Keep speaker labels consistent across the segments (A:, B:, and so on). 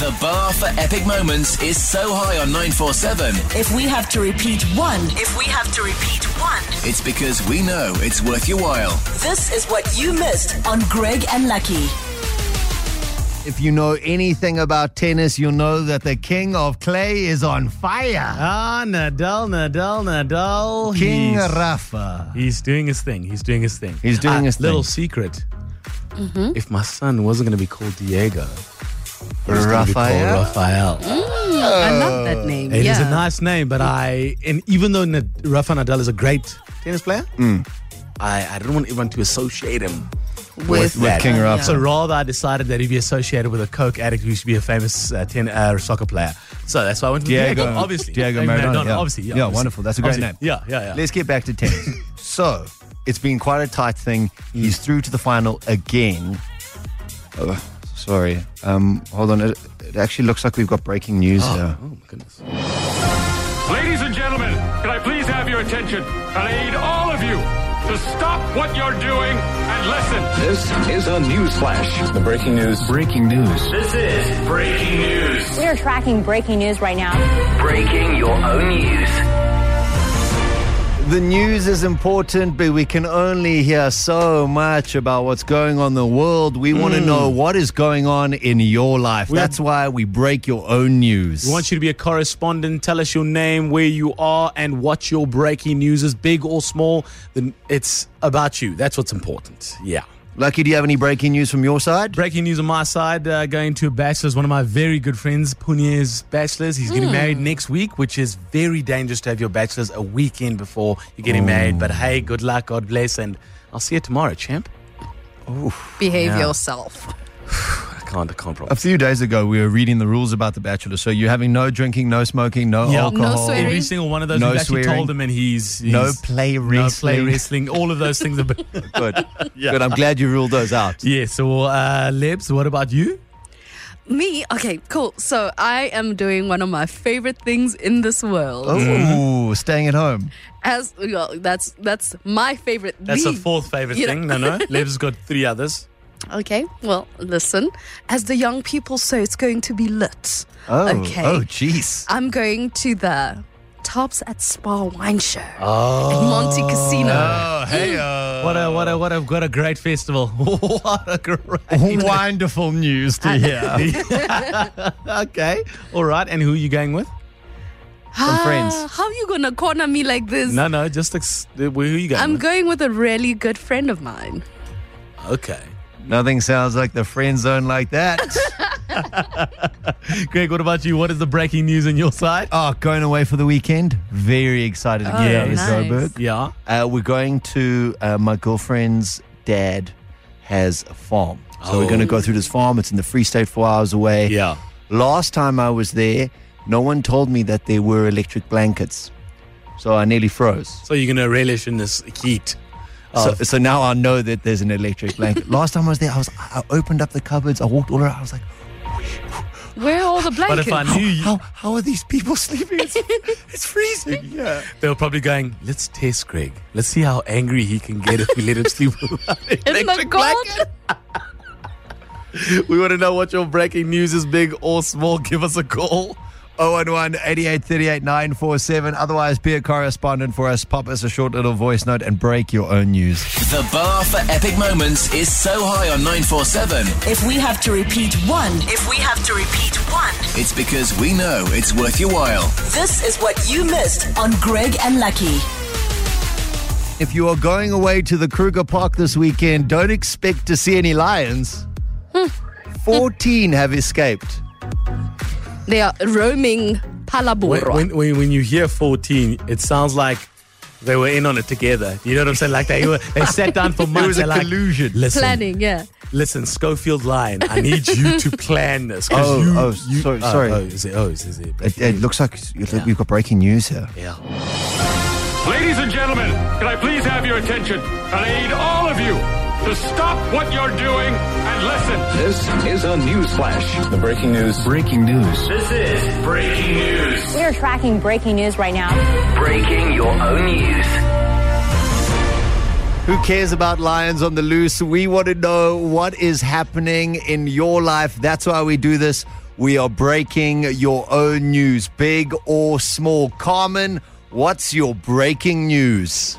A: The bar for epic moments is so high on 947,
B: If we have to repeat one,
C: If we have to repeat one,
A: it's because we know it's worth your while.
B: this is what you missed on Greg and Lucky.
D: If you know anything about tennis, you'll know that the king of clay is on fire.
E: Ah, Nadal, Nadal, Nadal.
D: King
E: he's,
D: Rafa.
E: he's doing his thing. He's doing his thing.
D: He's doing
E: Ah,
D: his thing.
E: Little secret. If my son wasn't going to be called Diego, he was gonna be called
D: Raphael?
E: Raphael.
F: I love that name.
E: It Uh, is
F: yeah.
E: a nice name, but I and even though Nad- Rafa Nadal is a great tennis player,
D: Hmm.
E: I, I didn't want everyone to associate him with,
D: with
E: that.
D: King Rafa.
E: So rather, I decided that he'd be associated with a coke addict who used to be a famous uh, ten, uh, soccer player. So that's why I went with
D: Diego-
E: Diego, obviously.
D: Diego
E: Uh,
D: Maradona, yeah.
E: obviously. Yeah,
D: Yeah,
E: obviously.
D: wonderful. That's a great
E: Obviously. Yeah, yeah, yeah.
D: Let's get back to tennis. so, it's been quite a tight thing. He's through to the final again. Oh, sorry. Um, hold on. It, it actually looks like we've got breaking news here.
E: Oh my goodness.
G: Ladies and gentlemen, can I please have your attention? And I need all of you to stop what you're doing and listen.
H: This is a news flash. The breaking news. Breaking news.
G: This is breaking news.
I: We are tracking breaking news right now.
H: Breaking your own news.
D: The news is important, but we can only hear so much about what's going on in the world. We want to know what is going on in your life. That's why Hmm. we break your own news.
E: We want you to be a correspondent. Tell us your name, where you are, and what your breaking news is, big or small. Then it's about you. That's what's important. Yeah.
D: Lucky, do you have any breaking news from your side?
E: Breaking news on my side uh, going to a bachelor's, one of my very good friends, Punya's bachelor's. He's getting married next week, which is very dangerous to have your bachelor's a weekend before you're getting married. But hey, good luck, God bless, and I'll see you tomorrow, champ.
F: Behave
E: Yeah.
F: yourself.
E: I can't, I can't
D: A
E: promise.
D: few days ago, we were reading the rules about The Bachelor. So you're having no drinking, no smoking, no
E: Yeah. No
D: alcohol.
F: swearing.
E: Every single one of those,
D: No
E: we've actually
D: swearing.
E: told him, and he's, he's
D: No play
E: no play
D: wrestling.
E: wrestling. All of those things. Are,
D: Good. Good. I'm glad you ruled those out.
E: yeah. So, uh, Lebs, what about you?
F: Me? Okay, cool. So I am doing one of my favorite things in this world.
D: Ooh, staying at home.
E: Oh.
F: As well, that's that's my favorite.
E: That's
F: the
E: the fourth favorite
F: you know-
E: thing. No, no. Lev's got three others.
F: Okay. Well, listen. As the young people say, it's going to be lit.
D: Oh,
F: Okay.
D: oh, jeez.
F: I'm going to the Tops at Spa Wine Show at Monte Casino.
D: Oh, hey,
E: What a what a what a what a great festival! what a great.
D: wonderful news to hear.
E: okay, all right. And who are you going with?
D: Some friends.
F: Ah, How you gonna corner me like this?
E: No, no. Just ex- who are you going?
F: I'm
E: with?
F: going with a really good friend of mine.
E: Okay,
D: Nothing sounds like the friend zone like that.
E: Greg. What about you? What is the breaking news on your side?
D: oh, going away for the weekend. Very excited. to
F: Oh,
D: get out of
E: nice.
D: Joburg.
E: Yeah.
D: Uh, we're going to uh, my girlfriend's dad has a farm. So we're
E: Oh.
D: going to go through this farm. It's in the Free State, four hours away.
E: Yeah.
D: Last time I was there, no one told me that there were electric blankets. So I nearly froze.
E: So you're gonna relish in this heat.
D: So,
E: Oh.
D: so now I know that there's an electric blanket. Last time I was there, I was I opened up the cupboards, I walked all around, I was like,
F: Where are all the
E: But
F: blankets?
E: if I knew you,
D: how, how are these people sleeping? It's, it's freezing. Yeah.
E: they were probably going, "Let's test Greg. Let's see how angry he can get if we let him sleep without it."
F: In the cold?
E: We want to know what your breaking news is, big or small. Give us a call.
D: 011 8838 947. Otherwise, be a correspondent for us. Pop us a short little voice note and break your own news.
A: The bar for epic moments is so high on 947,
B: If we have to repeat one,
C: if we have to repeat one,
A: it's because we know it's worth your while.
B: this is what you missed on Greg and Lucky.
D: If you are going away to the Kruger Park this weekend, don't expect to see any lions. 14 have escaped.
F: They are roaming
E: When,
F: Palabora.
E: when, when, when you hear 14, it sounds like they were in on it together. You know what I'm saying? Like they were, they sat down for months.
D: was a
E: They're like,
D: collusion.
E: Listen,
F: Planning, yeah.
E: listen, Schofield Lion, I need you to plan this. 'cause
D: Oh,
E: you-
D: oh,
E: you-
D: sorry,
E: oh,
D: sorry.
E: Oh, is it? Oh, is, is it?
D: It, it looks like it's- it- we've got breaking news here.
E: yeah.
G: Ladies and gentlemen, can I please have your attention? And I need all of you to stop what you're doing and listen.
H: This is a news flash. The breaking news. Breaking news.
G: This is breaking news.
I: We are tracking breaking news right now.
H: Breaking your own news.
D: Who cares about lions on the loose? We want to know what is happening in your life. That's why we do this. We are breaking your own news, big or small. Carmen, what's your breaking news?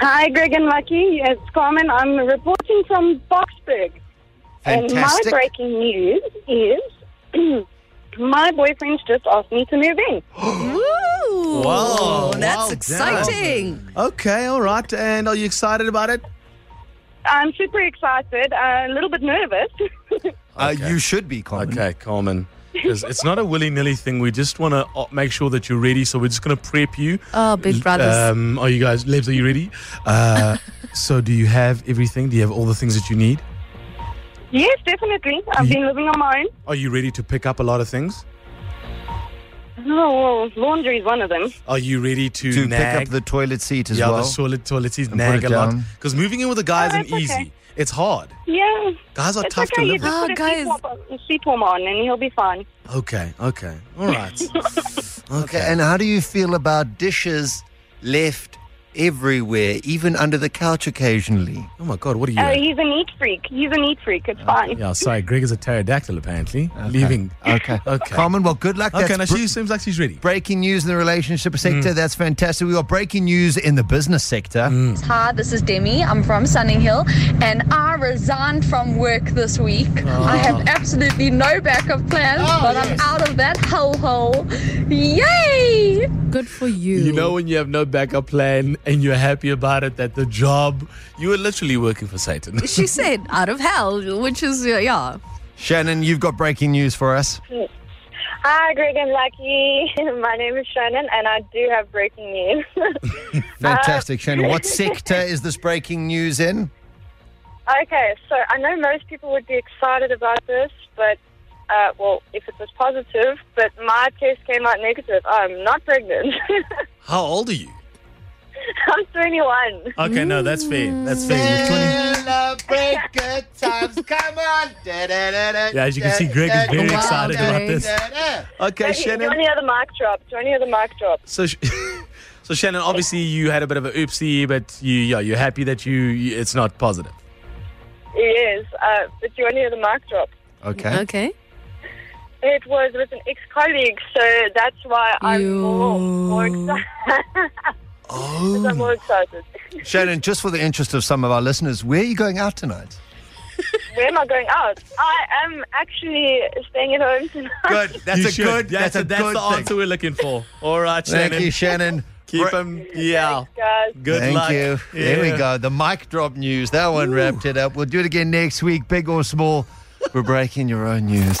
J: Hi, Greg and Lucky. It's Carmen. I'm reporting from Boxburg. And my
D: Fantastic.
J: breaking news is my boyfriend's just asked me to move in.
F: Ooh,
E: Wow,
F: Oh, that's
E: well done.
F: exciting.
E: Okay, all right. And are you excited about it?
J: I'm super excited, uh, a little bit nervous.
D: Uh, you should be, Carmen.
E: Okay, Carmen. 'Cause It's not a willy nilly thing. We just want to make sure that you're ready. So we're just going to prep you.
F: Oh, big brothers.
E: Um, are you guys, Lebs, are you ready? Uh, so do you have everything? Do you have all the things that you need?
J: yes, definitely. Um, I've been living on my own.
E: Are you ready to pick up a lot of things?
J: Oh, well, laundry is one of them.
E: Are you ready to,
D: To
E: nag?
D: pick up the toilet seat as
E: yeah,
D: well.
E: the toilet toilet is
D: put
E: nag a
D: it
E: lot.
D: down.
E: Because moving in with a guy
J: Oh,
E: isn't
J: it's okay.
E: easy. It's hard.
J: Yeah.
E: Guys are
J: it's
E: tough
J: okay.
E: to
J: you
E: live with.
J: just
F: Ah,
J: put a
F: guys.
J: seat warm- seat warm on and he'll be fine.
E: Okay, okay. All right. okay.
D: Okay, and how do you feel about dishes left everywhere, even under the couch occasionally?
E: oh my God, what are you?
J: Oh,
E: at?
J: he's a neat freak. He's a neat freak. It's fine.
E: Yeah, sorry. Greg is a pterodactyl, apparently. Leaving.
D: Okay.
E: Okay.
D: Carmen, well, good luck.
E: Okay, now
D: That's br-
E: she seems like she's ready.
D: breaking news in the relationship
E: Mm.
D: sector. That's fantastic. We got breaking news in the business sector.
E: Mm.
K: Hi, Ah, this is Demi. I'm from Sunning Hill and I resigned from work this week. I have
E: Ah.
K: absolutely no backup plans,
J: Oh,
K: but I'm out of that hellhole. Yay!
F: Good for you.
E: You know when you have no backup plan and you're happy about it that the job you were literally working for Satan.
F: she said out of hell, which is, uh, yeah.
D: Shannon, you've got breaking news for us.
J: Hi, Greg and Lucky. My name is Shannon, and I do have breaking news.
D: Fantastic, Shannon. What sector is this breaking news in?
J: okay, so I know most people would be excited about this, but uh, well, if it was positive, but my test came out negative. I'm not pregnant.
E: How old are you?
J: I'm 21.
E: Okay, no, that's fair. That's fair. You're 20
D: Celebrate good times. Come on. Yeah,
E: Yeah, as you can see, Greg is very
F: Wow,
E: excited about
F: Greg.
E: this. Okay,
J: Do you want
E: Shannon.
J: to hear the mic drop? Do you want to hear the mic drop?
E: So, sh- so Shannon, obviously you had a bit of a oopsie, but you, yeah, you're happy that you, you it's not positive.
J: Yes, uh, but do you want to hear the mic drop?
D: Okay.
F: Okay.
J: It was with an ex-colleague, so that's why I'm more, more excited. I'm more excited.
D: Shannon, just for the interest of some of our listeners, where are you going out tonight?
J: Where am I going out? I am actually staying at home tonight.
D: Good. That's
E: You
D: a
E: should.
D: good.
E: That's,
D: That's, a,
E: that's
D: good
E: the answer
D: thing.
E: we're looking for. All right, Shannon.
D: Thank you, Shannon.
E: Keep
D: Bra-
E: him. Yeah.
J: Guys,
E: Good
D: Thank
E: luck.
D: you. There we
E: Yeah.
D: go. The mic drop news. That one wrapped it up. We'll do it again next week, big or small. We're breaking your own news.